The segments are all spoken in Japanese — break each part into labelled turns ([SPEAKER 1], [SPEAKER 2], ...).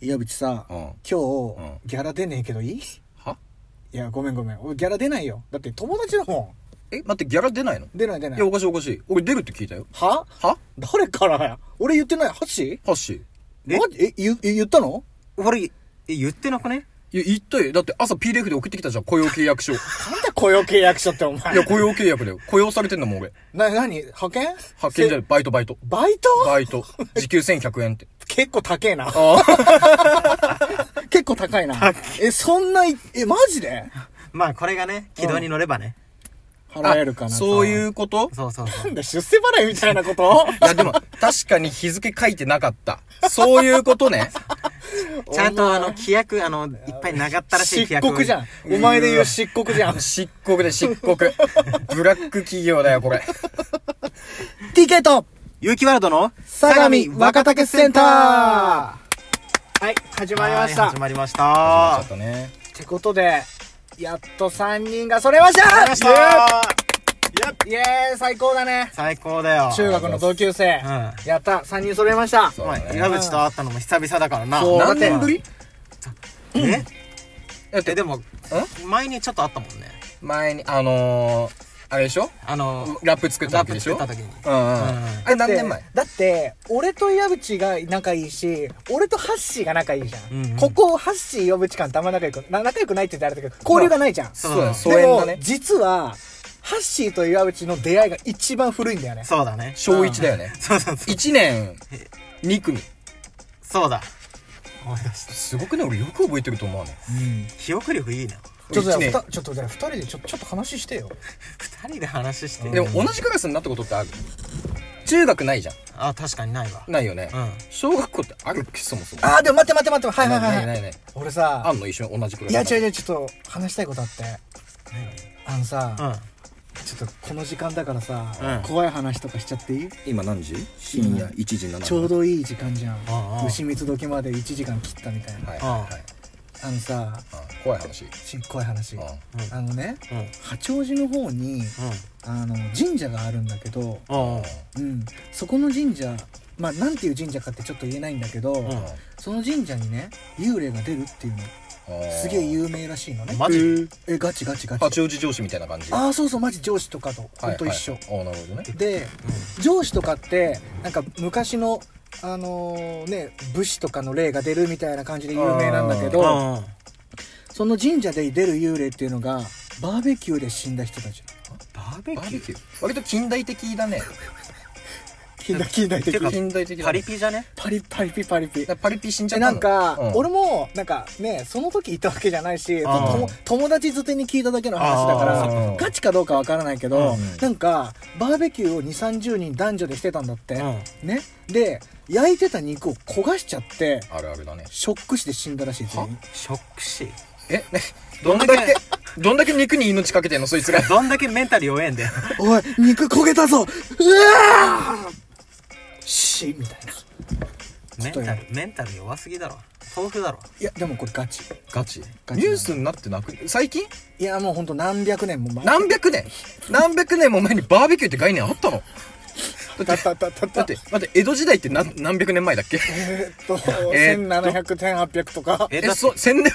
[SPEAKER 1] 岩渕さ、
[SPEAKER 2] うん
[SPEAKER 1] 今日、
[SPEAKER 2] ん
[SPEAKER 1] ギャラ出ねえけどいいい
[SPEAKER 2] は
[SPEAKER 1] やごめんごめん俺ギャラ出ないよだって友達だも
[SPEAKER 2] え待ってギャラ出ないの
[SPEAKER 1] ん出ない出ないい
[SPEAKER 2] やおかしいおかしい俺出るって聞いたよ
[SPEAKER 1] は
[SPEAKER 2] は
[SPEAKER 1] 誰からや俺言ってないハッシ
[SPEAKER 2] ハッシー
[SPEAKER 1] ーマジえ言え言ったの
[SPEAKER 3] 俺、え言ってなくね
[SPEAKER 2] いや言ったよだって朝 PDF で送ってきたじゃん雇用契約書い
[SPEAKER 1] なんだ雇用契約書ってお前
[SPEAKER 2] や雇用契約だよ雇用されてんだもん俺
[SPEAKER 1] な何派遣
[SPEAKER 2] 派遣じゃないいバイトバイト
[SPEAKER 1] バイト
[SPEAKER 2] バイト時給1100円って
[SPEAKER 1] 結構高えな
[SPEAKER 2] ああ
[SPEAKER 1] 結構高いなえそんないえマジで
[SPEAKER 3] まあこれがね、軌道に乗ればね。
[SPEAKER 1] 払えるかな
[SPEAKER 2] そういううこと
[SPEAKER 3] そうそうそ
[SPEAKER 1] な
[SPEAKER 3] う。
[SPEAKER 1] んだ出世払いみたいなこと
[SPEAKER 2] いやでも確かに日付書いてなかったそういうことね
[SPEAKER 3] ちゃんとあの、規約、あの、いっぱい長ったらしい
[SPEAKER 1] 漆
[SPEAKER 3] 規約を。
[SPEAKER 1] 黒じゃんお前で言う漆黒じゃん
[SPEAKER 2] 漆黒で漆黒ブラック企業だよこれ
[SPEAKER 1] TK と
[SPEAKER 3] 有機ワールドの
[SPEAKER 1] 相模若竹センターはい始まりました
[SPEAKER 3] はい始まりました。
[SPEAKER 2] あ
[SPEAKER 3] 始
[SPEAKER 2] ったね
[SPEAKER 1] ってことでやっと3人が揃いました
[SPEAKER 3] まりました。
[SPEAKER 1] イエーイ最高だね
[SPEAKER 3] 最高だよ。
[SPEAKER 1] 中学の同級生、
[SPEAKER 3] う
[SPEAKER 1] やった3人揃いました
[SPEAKER 2] そう
[SPEAKER 3] まあ
[SPEAKER 2] だね
[SPEAKER 3] 岩渕と会ったのも久々だからな。
[SPEAKER 1] そう
[SPEAKER 2] 何年ぶり
[SPEAKER 3] え
[SPEAKER 2] だって
[SPEAKER 3] え、でも、前にちょっと会ったもんね。
[SPEAKER 2] 前にあのー、あれでしょ
[SPEAKER 3] あの、
[SPEAKER 2] ラップ作った
[SPEAKER 3] ラ
[SPEAKER 2] 時
[SPEAKER 3] ップ
[SPEAKER 2] でし
[SPEAKER 3] 作っ
[SPEAKER 2] ょ
[SPEAKER 3] た時に。
[SPEAKER 2] うんうん、
[SPEAKER 3] ん
[SPEAKER 2] あれ何年前
[SPEAKER 1] だって俺と岩渕が仲いいし俺とハッシーが仲いいじゃん、
[SPEAKER 3] うんうん
[SPEAKER 1] ここハッシー岩渕間ってあんま仲良くな仲良くないって言ってあれだけど交流がないじゃん、
[SPEAKER 3] そう
[SPEAKER 2] そうだね疎
[SPEAKER 1] で
[SPEAKER 2] 遠だ
[SPEAKER 1] も、
[SPEAKER 2] ね
[SPEAKER 1] 実はハッシーと岩渕の出会いが一番古いんだよね
[SPEAKER 3] そうだね。
[SPEAKER 2] 小1だよね
[SPEAKER 3] そうそうそう。
[SPEAKER 2] 1年2組
[SPEAKER 3] そうだ。思い出した。
[SPEAKER 2] すごくね俺よく覚えてると思うね
[SPEAKER 3] 記憶力いいな。
[SPEAKER 1] ちょっとじゃあ
[SPEAKER 2] 一年
[SPEAKER 1] ふたちょっとじゃあ2人でちょちょっと話してよ
[SPEAKER 3] 二人で話して。
[SPEAKER 2] でも同じクラスになったことってある中学ないじゃん
[SPEAKER 3] あ、確かにないわ。
[SPEAKER 2] ないよね、
[SPEAKER 3] うん
[SPEAKER 2] 小学校ってあるっけそもそも
[SPEAKER 1] ああでも待って待って待ってはいはいはい、
[SPEAKER 2] ないないない
[SPEAKER 1] 俺さ
[SPEAKER 2] あんの一緒に同じクラス
[SPEAKER 1] いや違う違うちょっと話したいことあってあのさ、
[SPEAKER 3] うん。
[SPEAKER 1] ちょっとこの時間だからさ、
[SPEAKER 3] うん
[SPEAKER 1] 怖い話とかしちゃっていい
[SPEAKER 2] 今何時深夜1時7
[SPEAKER 1] ちょうどいい時間じゃん
[SPEAKER 3] ああ
[SPEAKER 1] 牛蜜時まで1時間切ったみたいな
[SPEAKER 2] はいはいはい
[SPEAKER 1] あのさ
[SPEAKER 2] うん怖い話
[SPEAKER 1] ちっこい話
[SPEAKER 2] うん
[SPEAKER 1] あのね
[SPEAKER 3] うん。
[SPEAKER 1] 八王子の方にあの神社があるんだけど、
[SPEAKER 3] うん。うん。
[SPEAKER 1] うん、そこの神社まあなんていう神社かってちょっと言えないんだけど、
[SPEAKER 3] ん
[SPEAKER 1] その神社にね幽霊が出るっていうのすげえ有名らしいのね
[SPEAKER 3] マジ
[SPEAKER 1] えガチガチガチ
[SPEAKER 2] 八王子上司みたいな感じ
[SPEAKER 1] ああそうそうマジ上司とかとほんと一緒、
[SPEAKER 2] はいはいあーなるほどね
[SPEAKER 1] で、上司とかってなんか昔のあのーね武士とかの霊が出るみたいな感じで有名なんだけ
[SPEAKER 3] う
[SPEAKER 1] ど
[SPEAKER 3] ん。うん。
[SPEAKER 1] その神社で出る幽霊っていうのがバーベキューで死んだ人た ち
[SPEAKER 3] バーベ
[SPEAKER 2] バー
[SPEAKER 3] キ
[SPEAKER 2] ベ
[SPEAKER 3] ュー
[SPEAKER 2] キュー割と近代的だね
[SPEAKER 1] 近代近代
[SPEAKER 3] て
[SPEAKER 1] 的
[SPEAKER 3] か
[SPEAKER 2] 近代的だね
[SPEAKER 3] パリピじゃね
[SPEAKER 1] パリパリピパリピ
[SPEAKER 2] パリピ死んじゃ
[SPEAKER 1] で
[SPEAKER 2] った
[SPEAKER 1] な
[SPEAKER 2] の
[SPEAKER 1] んか、
[SPEAKER 2] うん
[SPEAKER 1] 俺もなんかねその時いたわけじゃないしと
[SPEAKER 3] あー
[SPEAKER 1] も友達づてに聞いただけの話だか
[SPEAKER 2] あーそっ
[SPEAKER 1] ら
[SPEAKER 2] か
[SPEAKER 1] ガチかどうかわからないけど、
[SPEAKER 2] うんうん
[SPEAKER 1] なんかバーベキューを2 3 0人男女でしてたんだって、
[SPEAKER 3] う
[SPEAKER 1] ねで焼いてた肉を焦がしちゃって
[SPEAKER 2] あるあるだね
[SPEAKER 1] ショック死で死んだらしい全員
[SPEAKER 3] ショック死
[SPEAKER 2] えねどんだけどんだけ肉に命かけてんのそいつが
[SPEAKER 3] どんだけメンタル弱えんだよ
[SPEAKER 1] おい肉焦げたぞうわー死みたいな
[SPEAKER 3] メン
[SPEAKER 1] と
[SPEAKER 3] タ
[SPEAKER 1] や
[SPEAKER 3] ルメンタル弱すぎだろ豆腐だろ
[SPEAKER 1] いやでもこれガチ
[SPEAKER 2] ガチ
[SPEAKER 1] ガチ
[SPEAKER 2] ニュースになってなく最近
[SPEAKER 1] いやもうほんと何百年も前
[SPEAKER 2] 何百年何百年も前にバーベキューって概念あったの
[SPEAKER 1] だったったった
[SPEAKER 2] だって待って江戸時代って何何百年前だっけ
[SPEAKER 1] えーっと、
[SPEAKER 2] えーっ
[SPEAKER 1] 1700点800とか
[SPEAKER 3] え
[SPEAKER 2] え
[SPEAKER 3] だって
[SPEAKER 2] そ千年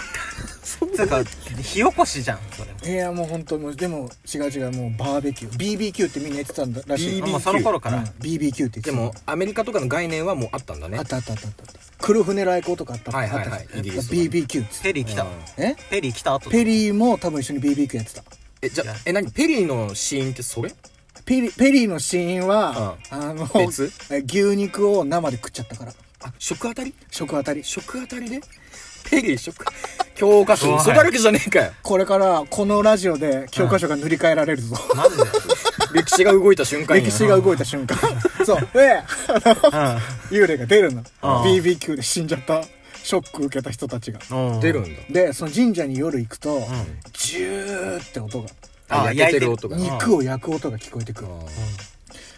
[SPEAKER 3] つうか火起こしじゃんそれも
[SPEAKER 1] いやもう本当もうでも違う違うもうバーベキュー BBQ ってみんな言ってたんだらしい
[SPEAKER 2] BBQ
[SPEAKER 3] あもうその頃から、
[SPEAKER 1] うん BBQ って言ってた
[SPEAKER 2] でもアメリカとかの概念はもうあったんだね
[SPEAKER 1] あったあったあったあった黒船来航とかあった
[SPEAKER 2] はいはいは
[SPEAKER 1] あ
[SPEAKER 2] い
[SPEAKER 1] ったあった
[SPEAKER 2] イギリスとかね
[SPEAKER 1] BBQ っつって
[SPEAKER 3] ペリー来た、
[SPEAKER 1] え
[SPEAKER 3] ペリー来た後
[SPEAKER 1] ペリーも多分一緒に BBQ やってた
[SPEAKER 2] えじゃあえ何ペリーのシーンってそれ
[SPEAKER 1] ペリペリーの死因は、あの
[SPEAKER 2] 別
[SPEAKER 1] え牛肉を生で食っちゃったから
[SPEAKER 2] あ食あたり
[SPEAKER 1] 食あたり
[SPEAKER 2] 食あたりでペリー食教科書
[SPEAKER 3] 怖い
[SPEAKER 2] 嘘だらけじゃねえかよ
[SPEAKER 1] これからこのラジオで教科書が塗り替えられるぞ、
[SPEAKER 3] なんでだよ
[SPEAKER 2] 歴史が動いた瞬間に
[SPEAKER 1] 歴史が動いた瞬間そうであの幽霊が出るの
[SPEAKER 3] あ
[SPEAKER 1] BBQ で死んじゃったショック受けた人たちが
[SPEAKER 3] うん
[SPEAKER 2] 出るんだ
[SPEAKER 1] でその神社に夜行くと、ジューって音が
[SPEAKER 3] あ
[SPEAKER 2] あ焼けてる音が
[SPEAKER 3] 焼いて
[SPEAKER 1] 肉を焼く音が聞こえてくる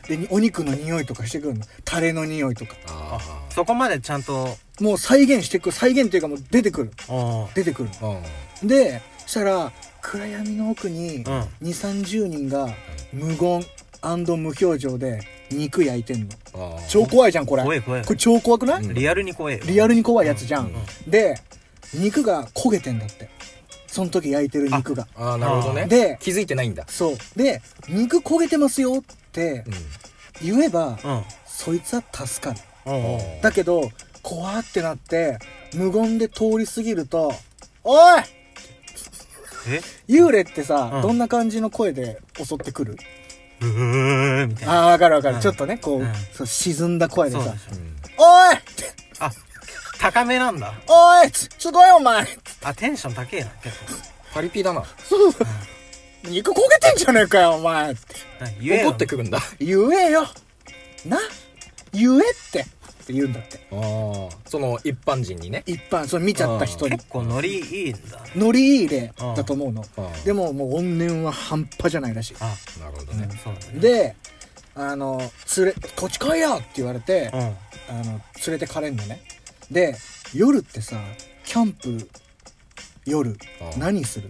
[SPEAKER 1] でにお肉の匂いとかしてくるのタレの匂いとか
[SPEAKER 2] あ
[SPEAKER 3] そこまでちゃんと
[SPEAKER 1] もう再現してくる再現っていうかもう出てくる
[SPEAKER 3] うん
[SPEAKER 1] 出てくる
[SPEAKER 2] あうん
[SPEAKER 1] でそしたら暗闇の奥に
[SPEAKER 3] ん
[SPEAKER 1] 2三3 0人が無言無表情で肉焼いてんの
[SPEAKER 2] あー
[SPEAKER 1] 超怖いじゃんこれ
[SPEAKER 3] 怖い怖い
[SPEAKER 1] これ超怖くない、
[SPEAKER 3] リアルに怖えよ
[SPEAKER 1] リアルに怖いやつじゃん、
[SPEAKER 2] うん
[SPEAKER 1] で肉が焦げてんだってその時焼いてる肉が
[SPEAKER 2] あーなるほどね
[SPEAKER 1] で
[SPEAKER 2] 気づいてないんだ
[SPEAKER 1] そうで肉焦げてますよって
[SPEAKER 2] うん
[SPEAKER 1] 言えば、
[SPEAKER 3] うんうん
[SPEAKER 1] そいつは助かる
[SPEAKER 3] うん
[SPEAKER 1] だけど怖ってなって無言で通り過ぎると「おい
[SPEAKER 3] え
[SPEAKER 1] 幽霊ってさ、
[SPEAKER 3] うん
[SPEAKER 1] どんな感じの声で襲ってくる
[SPEAKER 3] うーみたいな
[SPEAKER 1] ああわかるわかる、
[SPEAKER 3] うん
[SPEAKER 1] ちょっとねこう,、
[SPEAKER 3] うん
[SPEAKER 1] そう沈んだ声で
[SPEAKER 3] そう
[SPEAKER 1] さ
[SPEAKER 3] でし
[SPEAKER 2] う
[SPEAKER 3] ょ
[SPEAKER 2] ん
[SPEAKER 1] 「おい
[SPEAKER 3] あ高めなんだ
[SPEAKER 1] おいすすごいお前
[SPEAKER 3] あテンション高えな結構
[SPEAKER 2] パリピだな
[SPEAKER 1] 肉焦げてんじゃねえかよお前」って
[SPEAKER 3] なんか言えよ
[SPEAKER 2] 怒ってくるんだ
[SPEAKER 1] 言えよな言えってって言うんだって
[SPEAKER 2] あーその一般人にね
[SPEAKER 1] 一般それ見ちゃった人に
[SPEAKER 3] 結構ノリいいんだ
[SPEAKER 1] ノリいい例だと思うの
[SPEAKER 2] あー
[SPEAKER 1] でももう怨念は半端じゃないらしい
[SPEAKER 3] あ
[SPEAKER 2] なるほどね
[SPEAKER 3] そうだね
[SPEAKER 1] であの連れこっち来いよって言われて
[SPEAKER 3] う、ん
[SPEAKER 1] あの連れてかれんのねで夜ってさキャンプ夜
[SPEAKER 2] あー
[SPEAKER 1] 何する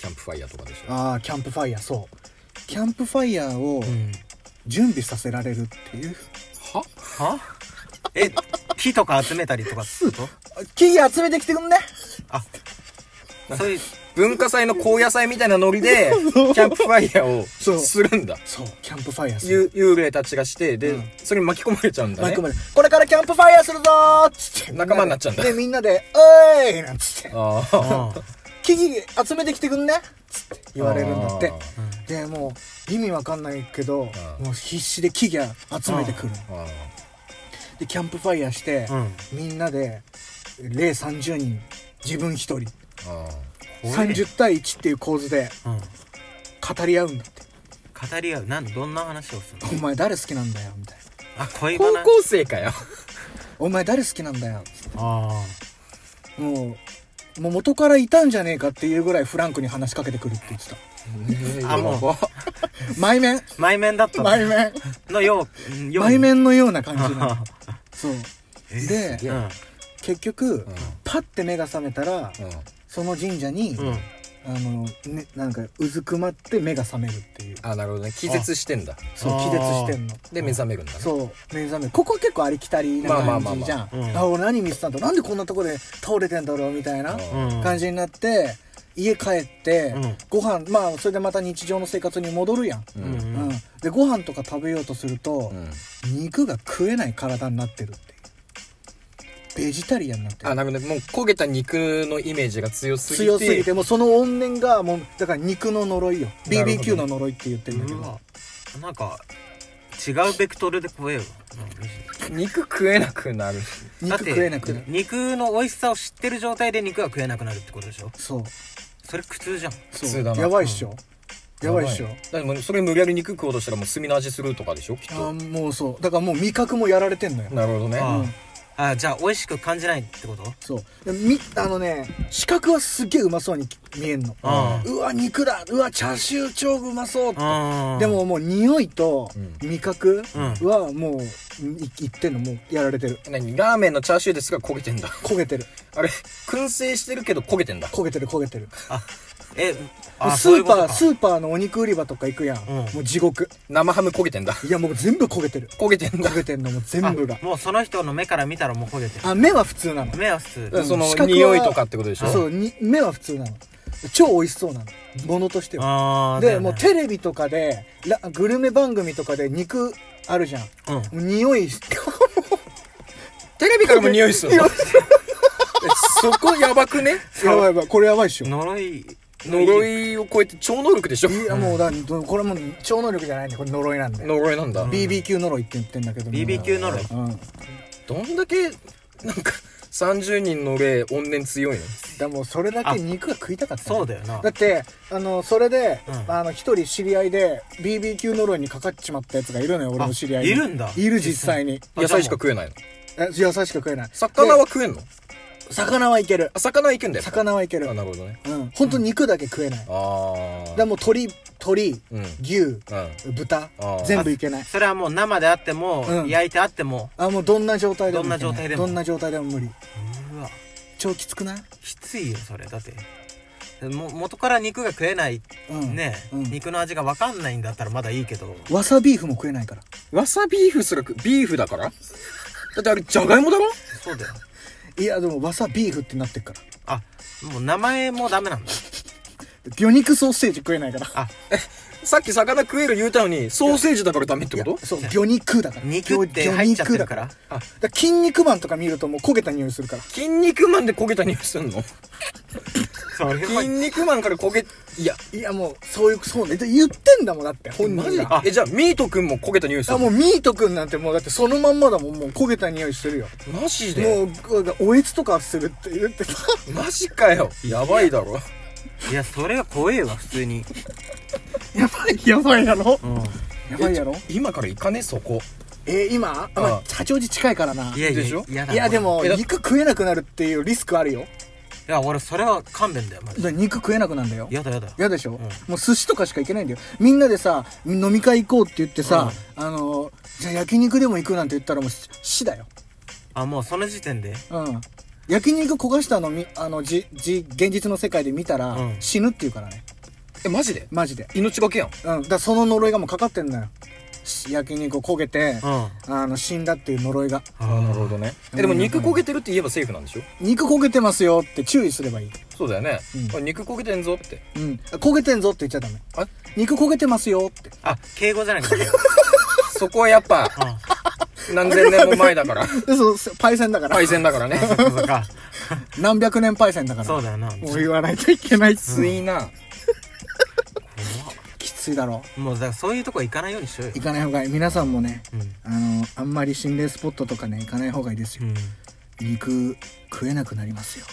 [SPEAKER 2] キャンプファイヤーとかでしょ
[SPEAKER 1] ああキャンプファイヤーそうキャンプファイヤーを
[SPEAKER 3] うん
[SPEAKER 1] 準備させられるっていう
[SPEAKER 2] は
[SPEAKER 3] はえ木とか集めたりとかってこと
[SPEAKER 1] 木々集めてきてくんね
[SPEAKER 3] あそういう
[SPEAKER 2] 文化祭の高野菜みたいなノリでキャンプファイヤー
[SPEAKER 1] そう
[SPEAKER 2] をするんだ
[SPEAKER 1] そうキャンプファイヤーする
[SPEAKER 2] ゆ幽霊たちがしてで、
[SPEAKER 1] うん
[SPEAKER 2] それに巻き込まれちゃうんだ
[SPEAKER 1] マイ
[SPEAKER 2] ね
[SPEAKER 1] クまでこれからキャンプファイヤーするぞーっつって
[SPEAKER 2] 仲間になっちゃうんだ
[SPEAKER 1] でみんなで「おーい!」なんつって
[SPEAKER 2] あ
[SPEAKER 3] う
[SPEAKER 2] あ
[SPEAKER 3] ん
[SPEAKER 1] 「木々集めてきてくんね」っつって言われるんだって
[SPEAKER 3] うん
[SPEAKER 1] でもう意味わかんないけど
[SPEAKER 2] うん
[SPEAKER 1] もう必死で木々集めてくる
[SPEAKER 2] あーあ
[SPEAKER 1] でキャンプファイヤーして
[SPEAKER 3] うん
[SPEAKER 1] みんなで例30人自分1人
[SPEAKER 2] ーあ
[SPEAKER 3] 怖い
[SPEAKER 1] 30対1っていう構図で
[SPEAKER 3] うん
[SPEAKER 1] 語り合うんだって
[SPEAKER 3] 語り合うなんどんな話をするの
[SPEAKER 1] 「お前誰好きなんだよ」みたいな
[SPEAKER 3] あ恋
[SPEAKER 2] ー
[SPEAKER 3] バナ
[SPEAKER 2] 高校生かよ
[SPEAKER 1] 「お前誰好きなんだよ
[SPEAKER 3] あ」
[SPEAKER 1] もうもう元からいたんじゃねえかっていうぐらいフランクに話しかけてくるって言 ってた
[SPEAKER 3] あもう
[SPEAKER 1] 前面
[SPEAKER 3] あ前面だったの
[SPEAKER 1] 前面
[SPEAKER 3] のよう よう
[SPEAKER 1] 内面のような感じな の
[SPEAKER 3] あ
[SPEAKER 1] そう
[SPEAKER 3] え
[SPEAKER 1] で
[SPEAKER 3] うん
[SPEAKER 1] 結局、
[SPEAKER 2] うん
[SPEAKER 1] パッて目が覚めたらその神社に、
[SPEAKER 3] うん
[SPEAKER 1] あの、ね、なんかうずくまって目が覚めるっていう
[SPEAKER 2] あなるほどね気絶してんだ
[SPEAKER 1] そう
[SPEAKER 3] あ
[SPEAKER 1] 気
[SPEAKER 3] ー
[SPEAKER 1] 絶してんの
[SPEAKER 2] で目覚めるんだね
[SPEAKER 1] そう目覚めるここ結構ありきたりな
[SPEAKER 2] まあまあまあ
[SPEAKER 1] 感じじゃん、
[SPEAKER 3] まあうん
[SPEAKER 1] あ俺何見てたんだなんでこんなとこで倒れてんだろうみたいな
[SPEAKER 2] うん
[SPEAKER 3] うん
[SPEAKER 1] 感じになって家帰って、
[SPEAKER 3] うん
[SPEAKER 1] ご飯まあそれでまた日常の生活に戻るやん、
[SPEAKER 2] う
[SPEAKER 3] う
[SPEAKER 1] う
[SPEAKER 2] ん
[SPEAKER 3] ん
[SPEAKER 1] んでご飯とか食べようとすると、
[SPEAKER 2] うん
[SPEAKER 1] 肉が食えない体になってるっていうベジタリアンになって
[SPEAKER 2] あ
[SPEAKER 1] る
[SPEAKER 2] なるほどねもう焦げた肉のイメージが強すぎて
[SPEAKER 1] 強すぎてもうその怨念がもうだから肉の呪いよ
[SPEAKER 2] なるほど
[SPEAKER 1] BBQ の呪いって言ってるんだけ
[SPEAKER 3] う
[SPEAKER 1] ど
[SPEAKER 3] わなんか違うベクトルで怖えわなんか
[SPEAKER 2] 肉食えなくなる
[SPEAKER 3] だっ
[SPEAKER 1] 肉
[SPEAKER 3] て
[SPEAKER 1] 食えなくなる
[SPEAKER 3] 肉の美味しさを知ってる状態で肉が食えなくなるってことでしょ
[SPEAKER 1] そう
[SPEAKER 3] それ苦痛じゃん
[SPEAKER 1] そ
[SPEAKER 2] 通
[SPEAKER 1] う
[SPEAKER 2] だな
[SPEAKER 1] やばいっしょやばいっしょ
[SPEAKER 2] ねだってもうそれ無理やり肉食おうとしたらもう炭の味するとかでしょきっ
[SPEAKER 1] あ
[SPEAKER 2] と
[SPEAKER 1] もうそうだからもう味覚もやられてんのよ
[SPEAKER 2] なるほどね
[SPEAKER 3] あ
[SPEAKER 1] うん
[SPEAKER 3] あじゃあ美味しく感じないってこと
[SPEAKER 1] そうでみあのね視覚はすっげえうまそうに見えんの
[SPEAKER 3] あ
[SPEAKER 1] うわ肉だうわチャーシュー超うまそう
[SPEAKER 3] あ
[SPEAKER 1] でももう匂いと
[SPEAKER 2] う
[SPEAKER 1] 味覚
[SPEAKER 3] うん
[SPEAKER 1] はもういいってんのもうやられてる
[SPEAKER 2] 何ラーメンのチャーシューですが焦げてんだ
[SPEAKER 1] 焦げてる
[SPEAKER 2] あれ燻製してるけど焦げてんだ
[SPEAKER 1] 焦げてる焦げてる
[SPEAKER 3] あえ
[SPEAKER 1] もう
[SPEAKER 3] あ
[SPEAKER 1] スーパー
[SPEAKER 3] ー
[SPEAKER 1] スーパーのお肉売り場とか行くやん、
[SPEAKER 3] うん
[SPEAKER 1] もう地獄
[SPEAKER 2] 生ハム焦げてんだ
[SPEAKER 1] いやもう全部焦げてる
[SPEAKER 2] 焦げてんだ
[SPEAKER 1] 焦げてんのもう全部が
[SPEAKER 3] もうその人の目から見たらもう焦げてる
[SPEAKER 1] あ目は普通なの
[SPEAKER 3] 目は普通
[SPEAKER 1] うん
[SPEAKER 2] その
[SPEAKER 1] 視覚は
[SPEAKER 2] 匂いとかってことでしょ
[SPEAKER 1] そうに目は普通なの超美味しそうなのものとしては
[SPEAKER 3] ああ
[SPEAKER 1] でもうテレビとかでラグルメ番組とかで肉あるじゃんも
[SPEAKER 3] うん
[SPEAKER 1] う匂 いし
[SPEAKER 2] テレビからも匂いするの えそこやばくね
[SPEAKER 1] やばいやばいこれやばいっしょ
[SPEAKER 3] 呪い
[SPEAKER 2] 呪いを超えて超能力でしょ
[SPEAKER 1] いやもうだどこれもう超能力じゃないんでこれ呪いなんで
[SPEAKER 2] 呪いなんだ、
[SPEAKER 1] BBQ 呪いって言ってんだけど
[SPEAKER 3] BBQ 呪い
[SPEAKER 1] うん
[SPEAKER 2] どんだけなんか30人の霊怨念強いの
[SPEAKER 1] だもうそれだけ肉が食いたかった
[SPEAKER 3] そうだよな
[SPEAKER 1] だってあのそれで、
[SPEAKER 3] うん
[SPEAKER 1] あの一人知り合いで BBQ 呪いにかかっちまったやつがいるのよ俺の知り合いに
[SPEAKER 3] あいるんだ
[SPEAKER 1] いる実際に
[SPEAKER 2] 野菜しか食えないの
[SPEAKER 1] え野菜しか食えない
[SPEAKER 2] 魚は
[SPEAKER 1] で
[SPEAKER 2] 食えんの
[SPEAKER 1] 魚はいける
[SPEAKER 2] あ魚はいけんだよ
[SPEAKER 1] 魚はいける
[SPEAKER 2] あなるほどね
[SPEAKER 1] うん本当肉だけ食えない、だか
[SPEAKER 2] ああ
[SPEAKER 1] らもう鶏鶏
[SPEAKER 2] うんうん
[SPEAKER 1] 牛
[SPEAKER 2] あ
[SPEAKER 1] 豚
[SPEAKER 2] あ
[SPEAKER 1] 全部いけない
[SPEAKER 3] それはもう生であっても、
[SPEAKER 1] うん
[SPEAKER 3] 焼いてあっても
[SPEAKER 1] あもうどんな状態でもいけない
[SPEAKER 3] どんな状態でも
[SPEAKER 1] どんな状態でも無理
[SPEAKER 3] うわ
[SPEAKER 1] 超きつくない
[SPEAKER 3] きついよそれだっても元から肉が食えない、
[SPEAKER 1] うん
[SPEAKER 3] ね、
[SPEAKER 1] うん
[SPEAKER 3] 肉の味が分かんないんだったらまだいいけど
[SPEAKER 1] わさビーフも食えないから
[SPEAKER 2] わさビーフすらくビーフだからだってあれじゃがいもだろ
[SPEAKER 3] そうだよ
[SPEAKER 1] いやでもわさビーフってなってるから
[SPEAKER 3] あもう名前もダメなんだ
[SPEAKER 1] 魚肉ソーセージ食えないから
[SPEAKER 3] あ
[SPEAKER 2] さっき魚食える言うたのにソーセージだからダメってこと
[SPEAKER 1] そう魚肉だから
[SPEAKER 3] 肉って入っちゃってるから
[SPEAKER 1] 魚肉だだから筋肉マンとか見るともう焦げた匂いするから
[SPEAKER 2] 筋肉マンで焦げた匂いすんの
[SPEAKER 3] それは
[SPEAKER 2] 筋肉マンから焦げいや
[SPEAKER 1] いやもうそういうそうねで言ってんだもんだって本人が
[SPEAKER 2] マジ
[SPEAKER 1] あ
[SPEAKER 2] えじゃあミートくんも焦げた匂いする
[SPEAKER 1] も
[SPEAKER 2] の
[SPEAKER 1] うミートくんなんてもうだってそのまんまだもんもう焦げた匂いしてるよ
[SPEAKER 2] マジで
[SPEAKER 1] もうおえつとかするって言ってさ
[SPEAKER 2] マジかよやばいだろ
[SPEAKER 3] いやそれは怖えわ普通に
[SPEAKER 1] やばいやばいやろ
[SPEAKER 3] うん
[SPEAKER 1] やばいやろ
[SPEAKER 2] えちょ今から行かねそこ
[SPEAKER 1] えー、今あ、まあ、八王子近いからない
[SPEAKER 3] い
[SPEAKER 1] や
[SPEAKER 3] やいや
[SPEAKER 2] でしょ
[SPEAKER 3] 嫌だ
[SPEAKER 1] でも
[SPEAKER 2] えだ
[SPEAKER 1] 肉食えなくなるっていうリスクあるよ
[SPEAKER 3] いや俺それは勘弁だよマ
[SPEAKER 1] だ
[SPEAKER 3] ジ
[SPEAKER 1] から
[SPEAKER 3] で
[SPEAKER 1] 肉食えなくなるんだよ
[SPEAKER 3] 嫌だ嫌だ
[SPEAKER 1] 嫌でしょ、もう寿司とかしか行けないんだよみんなでさ飲み会行こうって言ってさ、あのじゃあ焼肉でも行くなんて言ったらもうし死だよ
[SPEAKER 3] あもうその時点で
[SPEAKER 1] うん焼肉焦がしたのみあのじじ現実の世界で見たら、
[SPEAKER 3] うん
[SPEAKER 1] 死ぬって言うからね
[SPEAKER 2] えマジで
[SPEAKER 1] マジで
[SPEAKER 2] 命がけやん
[SPEAKER 1] うんだからその呪いがもうかかってんのよし焼肉焦げて、
[SPEAKER 3] うん
[SPEAKER 1] あの死んだっていう呪いが
[SPEAKER 2] あなるほどねえでも肉焦げてるって言えばセーフなんでしょ
[SPEAKER 1] 肉焦げてますよって注意すればいい
[SPEAKER 2] そうだよね、
[SPEAKER 1] うん
[SPEAKER 2] あ肉焦げてんぞって
[SPEAKER 1] うん焦げてんぞって言っちゃダメ
[SPEAKER 2] あ
[SPEAKER 1] 肉焦げてますよって
[SPEAKER 3] あ敬語じゃな いから
[SPEAKER 2] そこはやっぱ何千年も前だから
[SPEAKER 1] 嘘そうパイセンだから、
[SPEAKER 2] 敗戦だからね
[SPEAKER 3] そうそうか
[SPEAKER 1] 何百年パイセンだから
[SPEAKER 3] そうだよな
[SPEAKER 1] もう言わないといけないっす、
[SPEAKER 2] ついな
[SPEAKER 1] きついだろ
[SPEAKER 3] もうだからそういうとこ行かないようにしようよ
[SPEAKER 1] 行かない方がいい皆さんもね
[SPEAKER 3] うん
[SPEAKER 1] あのあんまり心霊スポットとかね行かない方がいいです
[SPEAKER 3] う
[SPEAKER 1] よ、
[SPEAKER 3] ん
[SPEAKER 1] 肉食えなくなりますよ